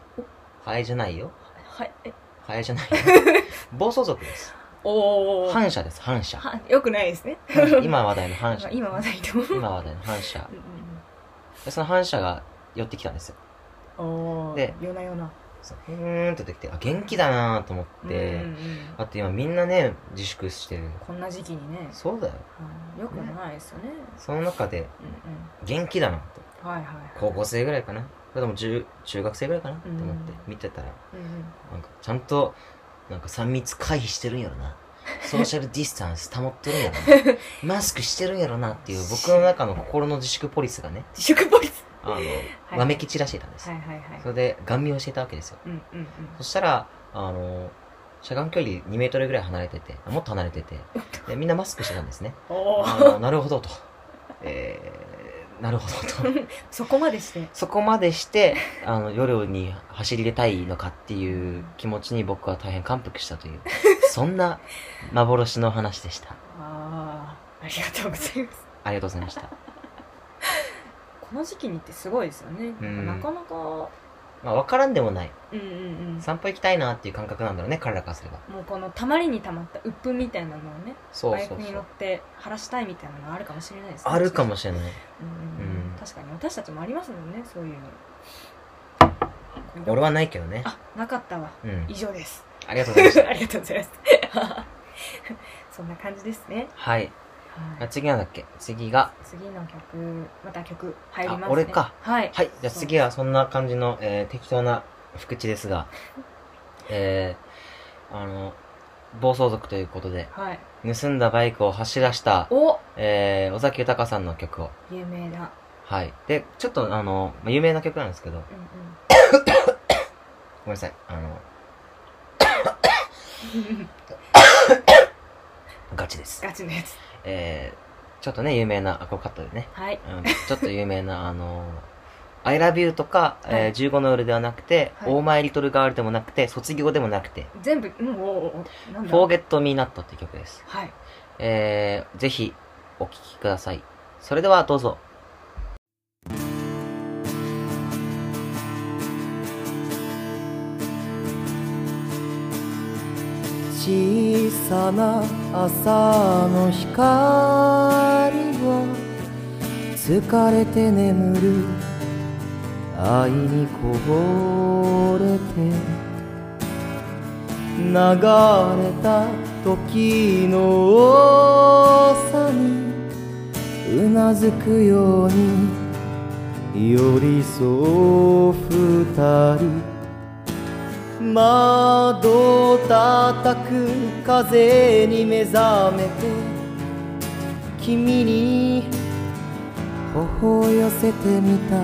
[SPEAKER 2] ハエじゃないよ。
[SPEAKER 1] はいえ
[SPEAKER 2] ハエじゃないよ。暴走族です。
[SPEAKER 1] おー。
[SPEAKER 2] 反射です、反射。
[SPEAKER 1] はよくないですね。
[SPEAKER 2] 反射今話題の反射。
[SPEAKER 1] 今話題と。
[SPEAKER 2] 今話題の反射
[SPEAKER 1] う。ん
[SPEAKER 2] でその反射が寄ってきたんですよ。
[SPEAKER 1] うんうんおー。
[SPEAKER 2] で、
[SPEAKER 1] 夜な夜な。
[SPEAKER 2] そうふーんって言ってきて、あ、元気だなーと思って、
[SPEAKER 1] うんうんうん
[SPEAKER 2] あと今みんなね、自粛してる。
[SPEAKER 1] こんな時期にね、
[SPEAKER 2] そうだよ。
[SPEAKER 1] はいよくないですよね。
[SPEAKER 2] その中で、
[SPEAKER 1] うんうん
[SPEAKER 2] 元気だなと。
[SPEAKER 1] はいはい。
[SPEAKER 2] 高校生ぐらいかな。それとも中中学生ぐらいかなと
[SPEAKER 1] うん
[SPEAKER 2] 思って見てたら、
[SPEAKER 1] うんうん
[SPEAKER 2] なんかちゃんと、なんか3密回避してるんやろな。ソーシャルディスタンス保ってるんやろな。 マスクしてるんやろなっていう僕の中の心の自粛ポリスがね、
[SPEAKER 1] 自粛ポリス。
[SPEAKER 2] あ
[SPEAKER 1] はい
[SPEAKER 2] の、わめき散らしてたんです
[SPEAKER 1] はい。はいはい
[SPEAKER 2] そ。れで、顔見をしてたわけですよ。
[SPEAKER 1] うんうんうん。
[SPEAKER 2] そしたら、あの、車間距離2メートルぐらい離れてて、あもっと離れてて、でみんなマスクしてたんですね。
[SPEAKER 1] お
[SPEAKER 2] あ
[SPEAKER 1] ー。
[SPEAKER 2] のなるほどと。えー、なるほどと。
[SPEAKER 1] そこまでして。
[SPEAKER 2] そこまでして、 あの、夜に走り出たいのかっていう気持ちに僕は大変感服したと いう、そんな幻の話でした。
[SPEAKER 1] ああ、ありがとうございます。
[SPEAKER 2] ありがとうございました。
[SPEAKER 1] この時期にってすごいですよね。
[SPEAKER 2] うん
[SPEAKER 1] なかなか、
[SPEAKER 2] まあ、わからんでもない。
[SPEAKER 1] うんうん
[SPEAKER 2] 散歩行きたいなっていう感覚なんだろうね、彼らからすれば。
[SPEAKER 1] うん。もうこのたまりにたまった鬱憤みたいなのをね、
[SPEAKER 2] そう
[SPEAKER 1] バイ
[SPEAKER 2] そ
[SPEAKER 1] ク
[SPEAKER 2] う
[SPEAKER 1] に
[SPEAKER 2] そ
[SPEAKER 1] 乗っ
[SPEAKER 2] う。
[SPEAKER 1] て晴らしたいみたいなのあるかもしれないですね。
[SPEAKER 2] あるかもしれない。
[SPEAKER 1] うん
[SPEAKER 2] う
[SPEAKER 1] うんん。確かに私たちもありますもんね、そういうの。
[SPEAKER 2] 俺はないけどね。
[SPEAKER 1] あ、なかったわ。
[SPEAKER 2] うん
[SPEAKER 1] 以。上です。
[SPEAKER 2] ありがとうございました。
[SPEAKER 1] ありがとうございます。 そんな感じですね。
[SPEAKER 2] はい。
[SPEAKER 1] は
[SPEAKER 2] あ
[SPEAKER 1] い、
[SPEAKER 2] 次なんだっけ次が。
[SPEAKER 1] 次の曲、また曲入りますね。
[SPEAKER 2] あ俺か。
[SPEAKER 1] はい。
[SPEAKER 2] はい。じゃあ
[SPEAKER 1] そう
[SPEAKER 2] 次はそんな感じの、えー適当な福地ですが、えー、あの、暴走族ということで、
[SPEAKER 1] はい。
[SPEAKER 2] 盗んだバイクを走らした、
[SPEAKER 1] お
[SPEAKER 2] えー、尾崎豊さんの曲を。
[SPEAKER 1] 有名な。
[SPEAKER 2] はい。で、ちょっとあの、まあ有名な曲なんですけど、ご
[SPEAKER 1] うんうん。
[SPEAKER 2] めんなさい。あの、ガチです。
[SPEAKER 1] ガチのやつ。
[SPEAKER 2] えー、ちょっとね、有名な、あ、これカットでね。
[SPEAKER 1] はい。
[SPEAKER 2] うんちょっと有名な、あ の、I love you とか、
[SPEAKER 1] は
[SPEAKER 2] え
[SPEAKER 1] い
[SPEAKER 2] ー15の夜ではなくて、
[SPEAKER 1] はい
[SPEAKER 2] Oh my little girl でもなくて、卒業でもなくて、
[SPEAKER 1] 全部、うん、おうおうおうなんだ
[SPEAKER 2] Forget me not っていう曲です。
[SPEAKER 1] はい。
[SPEAKER 2] えー、ぜひ、お聴きください。それでは、どうぞ。
[SPEAKER 4] 小さな朝の光を疲れて眠る愛にこぼれて流れた時の多さにうなずくように寄り添う二人窓叩く風に目覚めて君に頬を寄せてみた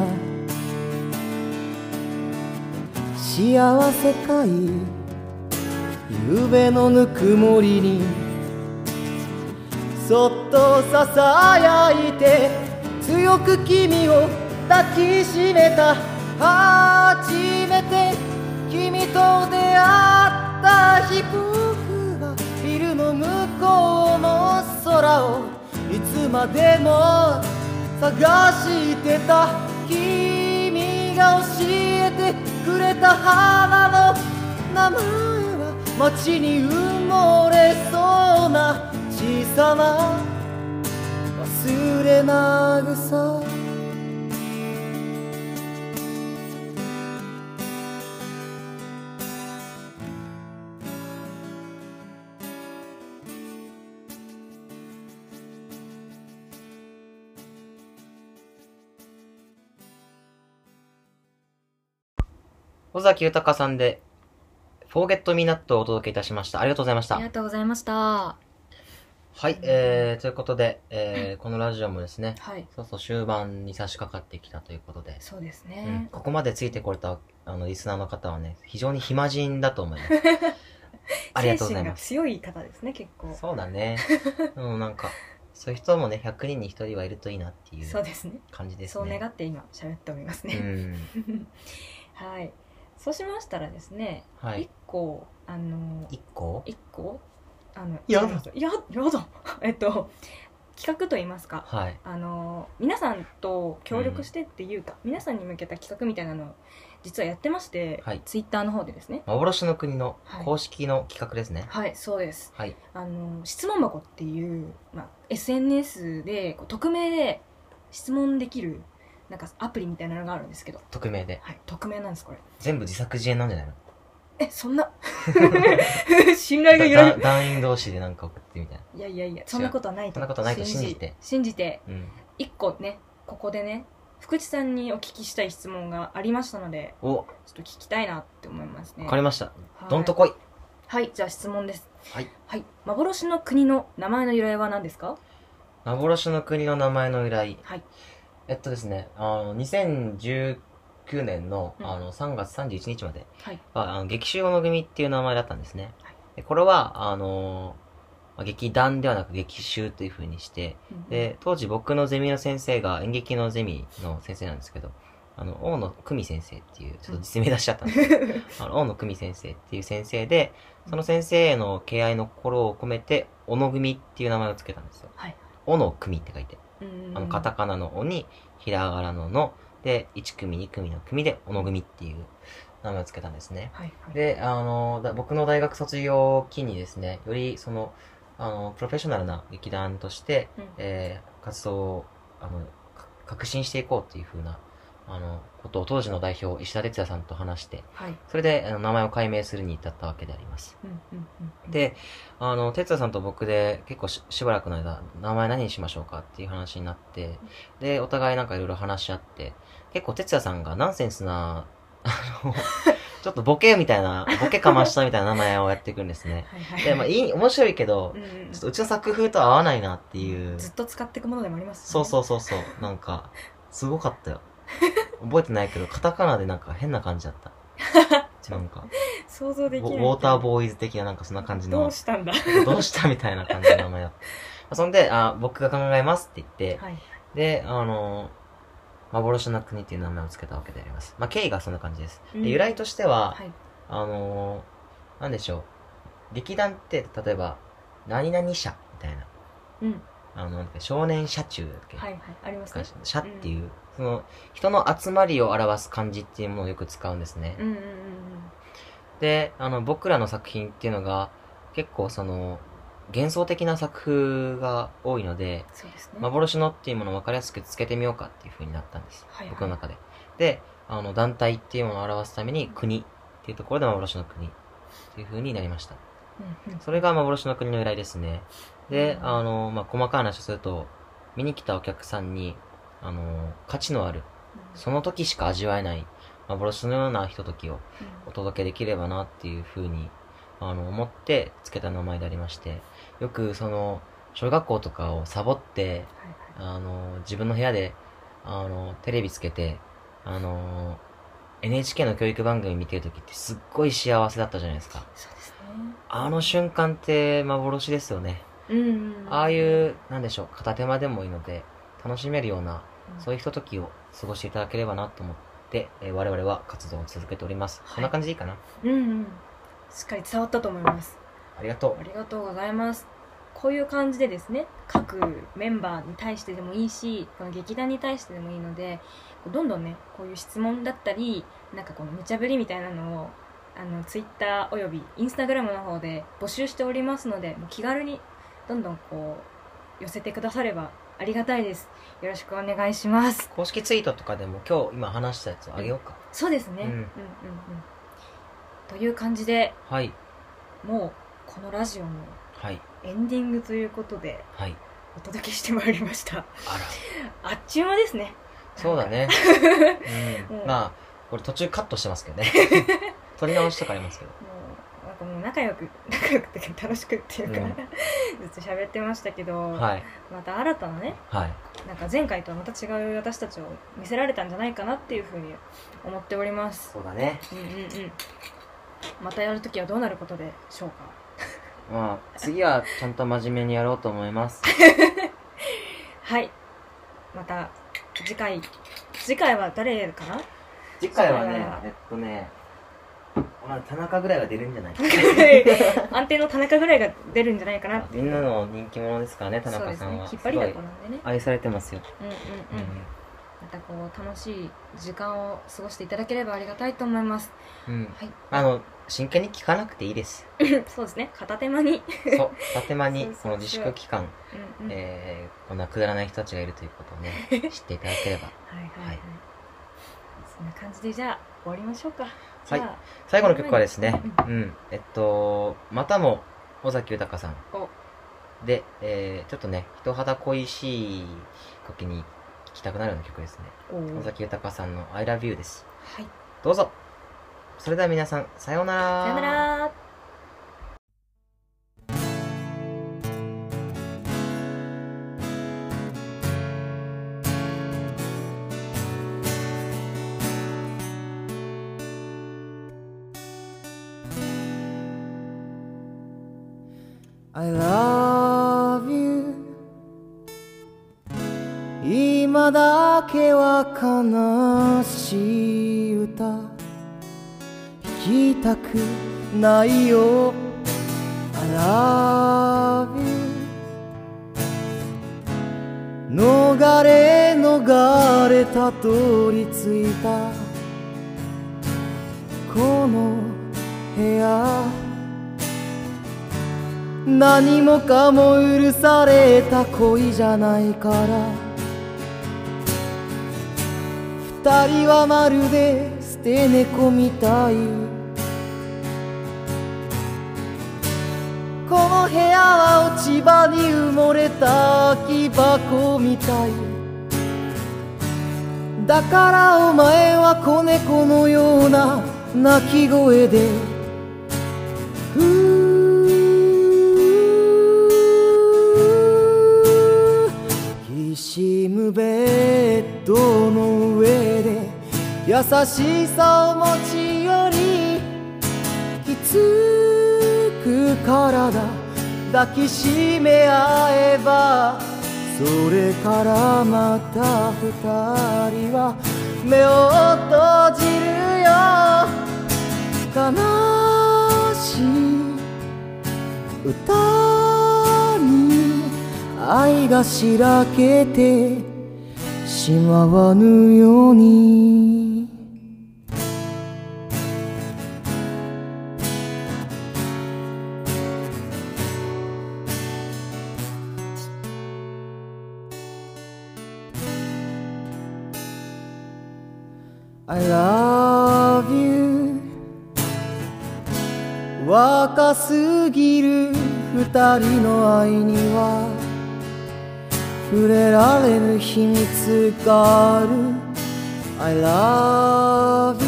[SPEAKER 4] 幸せかい夕べのぬくもりにそっとささやいて強く君を抱きしめた初めて君と出会った日僕はビルの向こうの空をいつまでも探してた君が教えてくれた花の名前は街に埋もれそうな小さな忘れな草
[SPEAKER 2] 尾崎豊さんで、Forget me not をお届けいたしました。ありがとうございまし
[SPEAKER 1] あ
[SPEAKER 2] た
[SPEAKER 1] り。がとうございました。は
[SPEAKER 2] はい、えー、ということで、えー、このラジオもですね、
[SPEAKER 1] い。
[SPEAKER 2] そうそう終盤に差し掛かってきたということで、
[SPEAKER 1] そうです
[SPEAKER 2] うん
[SPEAKER 1] ね。
[SPEAKER 2] ここまでついてこれたあのリスナーの方はね、非常に暇人だと思い ます。ありがとうございます。
[SPEAKER 1] 精神が強い方ですね、結構。
[SPEAKER 2] そうだね。 うん、なんか、そういう人もね、100人に1人はいるといいなってい
[SPEAKER 1] そう
[SPEAKER 2] う
[SPEAKER 1] ですね。
[SPEAKER 2] 感じです
[SPEAKER 1] そう
[SPEAKER 2] ね。
[SPEAKER 1] 願って今、喋っております
[SPEAKER 2] う
[SPEAKER 1] ね。
[SPEAKER 2] ん。
[SPEAKER 1] はい。そうしましたらですね、
[SPEAKER 2] は
[SPEAKER 1] 一
[SPEAKER 2] い。
[SPEAKER 1] 個、あの、
[SPEAKER 2] 1個
[SPEAKER 1] 一個あの、
[SPEAKER 2] やだ
[SPEAKER 1] いや、やだ。えっと、企画といいますか
[SPEAKER 2] はい。
[SPEAKER 1] あの皆さんと協力してっていうか、皆さんに向けた企画みたいなのを実はやってまして、
[SPEAKER 2] はい
[SPEAKER 1] ツイッターの方でですね
[SPEAKER 2] 幻の国の
[SPEAKER 1] はい
[SPEAKER 2] 公式の企画ですね。
[SPEAKER 1] はいそうです
[SPEAKER 2] はい。
[SPEAKER 1] あの質問箱っていう、まあ、SNS でこう匿名で質問できるなんかアプリみたいなのがあるんですけど、
[SPEAKER 2] 匿名で。
[SPEAKER 1] はい、匿名なんですこれ
[SPEAKER 2] 全部自作自演なんじゃないの
[SPEAKER 1] えそ んな 信頼が揺ら
[SPEAKER 2] だ
[SPEAKER 1] ぐ
[SPEAKER 2] 団員同士でなんか送ってみたいな。
[SPEAKER 1] いやいやいやそんなことはないと
[SPEAKER 2] そんなことないと信じて
[SPEAKER 1] 信じて
[SPEAKER 2] うん。
[SPEAKER 1] 一個ねここでね福地さんにお聞きしたい質問がありましたので
[SPEAKER 2] お、わ
[SPEAKER 1] ちょっと聞きたいなって思いますね
[SPEAKER 2] かりました。
[SPEAKER 1] はい
[SPEAKER 2] どんとこい。
[SPEAKER 1] はいじゃあ質問です
[SPEAKER 2] はい、
[SPEAKER 1] 幻の国の名前の由来は何ですか
[SPEAKER 2] 幻の国の名前の由来。
[SPEAKER 1] はい
[SPEAKER 2] えっとですね、あの、2019年の、
[SPEAKER 1] うん
[SPEAKER 2] あの、3月31日まで
[SPEAKER 1] はい
[SPEAKER 2] は、あの劇集の組っていう名前だったんですね。
[SPEAKER 1] はい
[SPEAKER 2] でこれは、あの、まあ劇団ではなく劇集という風にして、で、当時僕のゼミの先生が演劇のゼミの先生なんですけど、あの、大野久美先生っていう、ちょっと実名出しちゃったんですけど、あの、大野久美先生っていう先生で、その先生への敬愛の心を込めて、小野組っていう名前をつけたんですよ。
[SPEAKER 1] はい
[SPEAKER 2] 小野組って書いて、
[SPEAKER 1] うん
[SPEAKER 2] あの、カタカナの鬼に、ひらがなのの、で、1組、2組の組で、小野組っていう名前をつけたんですね。
[SPEAKER 1] はいはい
[SPEAKER 2] で、あの、だ僕の大学卒業を機にですね、よりその、あの、プロフェッショナルな劇団として、
[SPEAKER 1] うん
[SPEAKER 2] えー活動を、あの、か革新していこうっていうふうな、あの、ことを当時の代表、石田哲也さんと話して、
[SPEAKER 1] はい
[SPEAKER 2] それで、あの、名前を改名するに至ったわけであります。
[SPEAKER 1] うんうんうん
[SPEAKER 2] で、あの、哲也さんと僕で結構ししばらくの間、名前何にしましょうかっていう話になって、で、お互いなんかいろいろ話し合って、結構哲也さんがナンセンスな、あの、ちょっとボケみたいな、ボケかましたみたいな名前をやっていくんですね。
[SPEAKER 1] はいはい
[SPEAKER 2] で、まあ、いい、面白いけど
[SPEAKER 1] う、んうん
[SPEAKER 2] ちょっとうちの作風とは合わないなっていう。
[SPEAKER 1] ずっと使っていくものでもあります
[SPEAKER 2] そう
[SPEAKER 1] う
[SPEAKER 2] そうそうそう。なんか、すごかったよ。覚えてないけど、カタカナでなんか変な感じだった。なんか、
[SPEAKER 1] 想像
[SPEAKER 2] ウォ
[SPEAKER 1] できない
[SPEAKER 2] ウォーターボーイズ的ななんかそんな感じの、
[SPEAKER 1] どうしたんだは
[SPEAKER 2] どうしたみたいな感じの名 前だった。そんで、あ、僕が考えますって言って、
[SPEAKER 1] い
[SPEAKER 2] で、あの、幻の国っていう名前を付けたわけであります。まあ、経緯がそんな感じです。
[SPEAKER 1] うん
[SPEAKER 2] で、由来としては、
[SPEAKER 1] はい
[SPEAKER 2] あの、なんでしょう。劇団って、例えば、何々社みたいな、
[SPEAKER 1] うん
[SPEAKER 2] あの、なんか少年社中だっけ、
[SPEAKER 1] はいはいありますね
[SPEAKER 2] 社っていう、その人の集まりを表す漢字っていうものをよく使うんですね、
[SPEAKER 1] うんうんうんうん
[SPEAKER 2] であの僕らの作品っていうのが結構その幻想的な作風が多いので
[SPEAKER 1] そうですね
[SPEAKER 2] 幻のっていうものを分かりやすくつけてみようかっていう風になったんです、
[SPEAKER 1] はいはい
[SPEAKER 2] 僕の中でであの団体っていうものを表すために国っていうところで幻の国っていう風になりました
[SPEAKER 1] うんうん
[SPEAKER 2] それが幻の国の由来ですね。で、
[SPEAKER 1] うん
[SPEAKER 2] あの、まあ、細かい話をすると、見に来たお客さんに、あの、価値のある、その時しか味わえない、幻のようなひとときをお届けできればなっていうふうに、あの、思って付けた名前でありまして、よくその、小学校とかをサボって、
[SPEAKER 1] はいはい
[SPEAKER 2] あの、自分の部屋で、あの、テレビつけて、あの、NHK の教育番組見てるときってすっごい幸せだったじゃないですか。
[SPEAKER 1] そうですね
[SPEAKER 2] あの瞬間って幻ですよね。
[SPEAKER 1] うんうん
[SPEAKER 2] ああいうう、なんでしょう、片手間でもいいので、楽しめるような、
[SPEAKER 1] ん
[SPEAKER 2] そういうひとときを過ごしていただければなと思って、えー我々は活動を続けております。
[SPEAKER 1] はい
[SPEAKER 2] こんな感じでいいかな
[SPEAKER 1] うんうんしっかり伝わったと思います
[SPEAKER 2] ありがと
[SPEAKER 1] ありがとうございます。こういう感じでですね、各メンバーに対してでもいいし、この劇団に対してでもいいので、どんどんね、こういう質問だったり、なんかこの無茶ぶりみたいなのを、あの、ツイッターおよびインスタグラムの方で募集しておりますので、もう気軽にどんどんこう、寄せてくださればありがたいです。よろしくお願いします
[SPEAKER 2] う。。公式ツイートとかでも今日今話したやつをあげようか。
[SPEAKER 1] そうですね。
[SPEAKER 2] う
[SPEAKER 1] うんん、うん、うん。という感じで、
[SPEAKER 2] はい。
[SPEAKER 1] もうこのラジオの
[SPEAKER 2] はい。
[SPEAKER 1] エンディングということで、
[SPEAKER 2] はい。
[SPEAKER 1] お届けしてまいりました。
[SPEAKER 2] あら。
[SPEAKER 1] あっちゅう間ですね。
[SPEAKER 2] そうだ ね。う。
[SPEAKER 1] うんん
[SPEAKER 2] まあ、これ途中カットしてますけど ね。撮り直しとかありますけど。
[SPEAKER 1] もう、なんかもう仲良く、 仲良くっていうか楽しくっていうか、
[SPEAKER 2] うん
[SPEAKER 1] ずっと喋ってましたけど、
[SPEAKER 2] はい。
[SPEAKER 1] また新たなね、
[SPEAKER 2] はい。
[SPEAKER 1] なんか前回とはまた違う私たちを見せられたんじゃないかなっていうふうに思っております。
[SPEAKER 2] そうだね。
[SPEAKER 1] うんうんうん。またやるときはどうなることでしょうか。
[SPEAKER 2] まあ、次はちゃんと真面目にやろうと思います。
[SPEAKER 1] はい。また、次回、次回は誰かな
[SPEAKER 2] 次回はね
[SPEAKER 1] 次回は、
[SPEAKER 2] えっとね、まあ、田中ぐらいは出るんじゃない
[SPEAKER 1] 安定の田中ぐらいが出るんじゃないかなって
[SPEAKER 2] みんなの人気者ですからね、田
[SPEAKER 1] そう
[SPEAKER 2] 中
[SPEAKER 1] です
[SPEAKER 2] さん
[SPEAKER 1] ね
[SPEAKER 2] は。
[SPEAKER 1] 引っ張りだこなんでね
[SPEAKER 2] 愛されてますよ。
[SPEAKER 1] うんうん
[SPEAKER 2] うん
[SPEAKER 1] うん、またこう楽しい時間を過ごしていただければありがたいと思います
[SPEAKER 2] うん。
[SPEAKER 1] はい
[SPEAKER 2] あの、真剣に聞かなくていい です。
[SPEAKER 1] そうですね片手間に、
[SPEAKER 2] そう、建間に
[SPEAKER 1] そうそう
[SPEAKER 2] この自粛期間、
[SPEAKER 1] うんうん
[SPEAKER 2] えー、こんなくだらない人たちがいるということを ね、知っていただければ。
[SPEAKER 1] はいはい、は
[SPEAKER 2] はいい、
[SPEAKER 1] そんな感じでじゃあ終わりましょうかじ
[SPEAKER 2] はい
[SPEAKER 1] ゃ
[SPEAKER 2] 最後の曲はですね、うん、えっと、またも尾崎豊さん
[SPEAKER 1] お
[SPEAKER 2] で、えー、ちょっとね、人肌恋しい時に聴きたくなるような曲ですね。
[SPEAKER 1] あおー
[SPEAKER 2] 尾
[SPEAKER 1] はい
[SPEAKER 2] 崎豊さんの I love you です。どうぞそれでは皆さん、さようなら。
[SPEAKER 1] さよなら
[SPEAKER 4] 「I love you」「今だけは悲しい歌」「弾きたくないよ」「I love you」「逃れ逃れたどり着いた」「この部屋」何もかも許された恋じゃないから二人はまるで捨て猫みたいこの部屋は落ち葉に埋もれた空き箱みたいだからお前は子猫のような鳴き声でふうきしむベッドの上で優しさを持ち寄りきつく体抱きしめ合えばそれからまた二人は目を閉じるよ悲しい歌に愛がしらけてしまわぬように「I love you」若すぎる二人の愛には触れられぬ秘密がある I love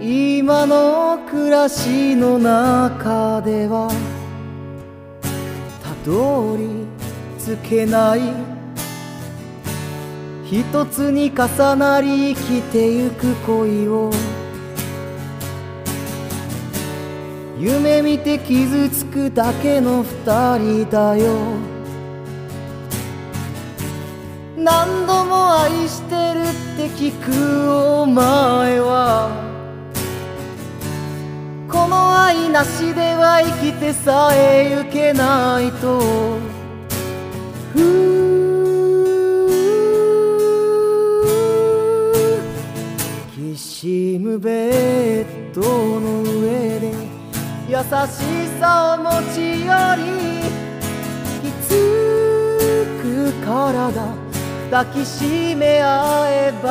[SPEAKER 4] you 今の暮らしの中ではたどり着けない一つに重なり生きてゆく恋を夢見て傷つくだけの二人だよ何度も愛してるって聞くお前はこの愛なしでは生きてさえゆけないとふうきしむベッドの上で優しさを持ち寄りきつく体抱きしめ合えば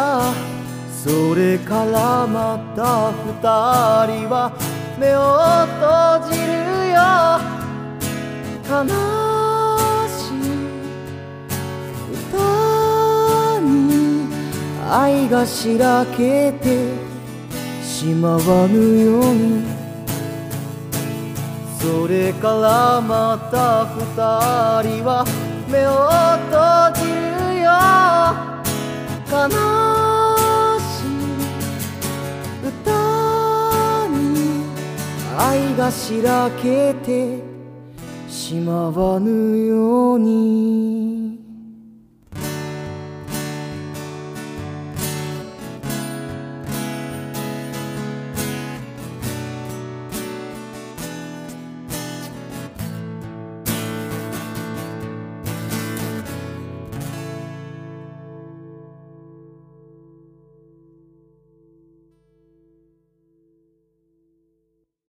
[SPEAKER 4] それからまた二人は目を閉じるよ悲しい歌に愛がしらけてしまわぬようにそれからまた二人は目を閉じるよ悲しい歌に愛がしらけてしまわぬように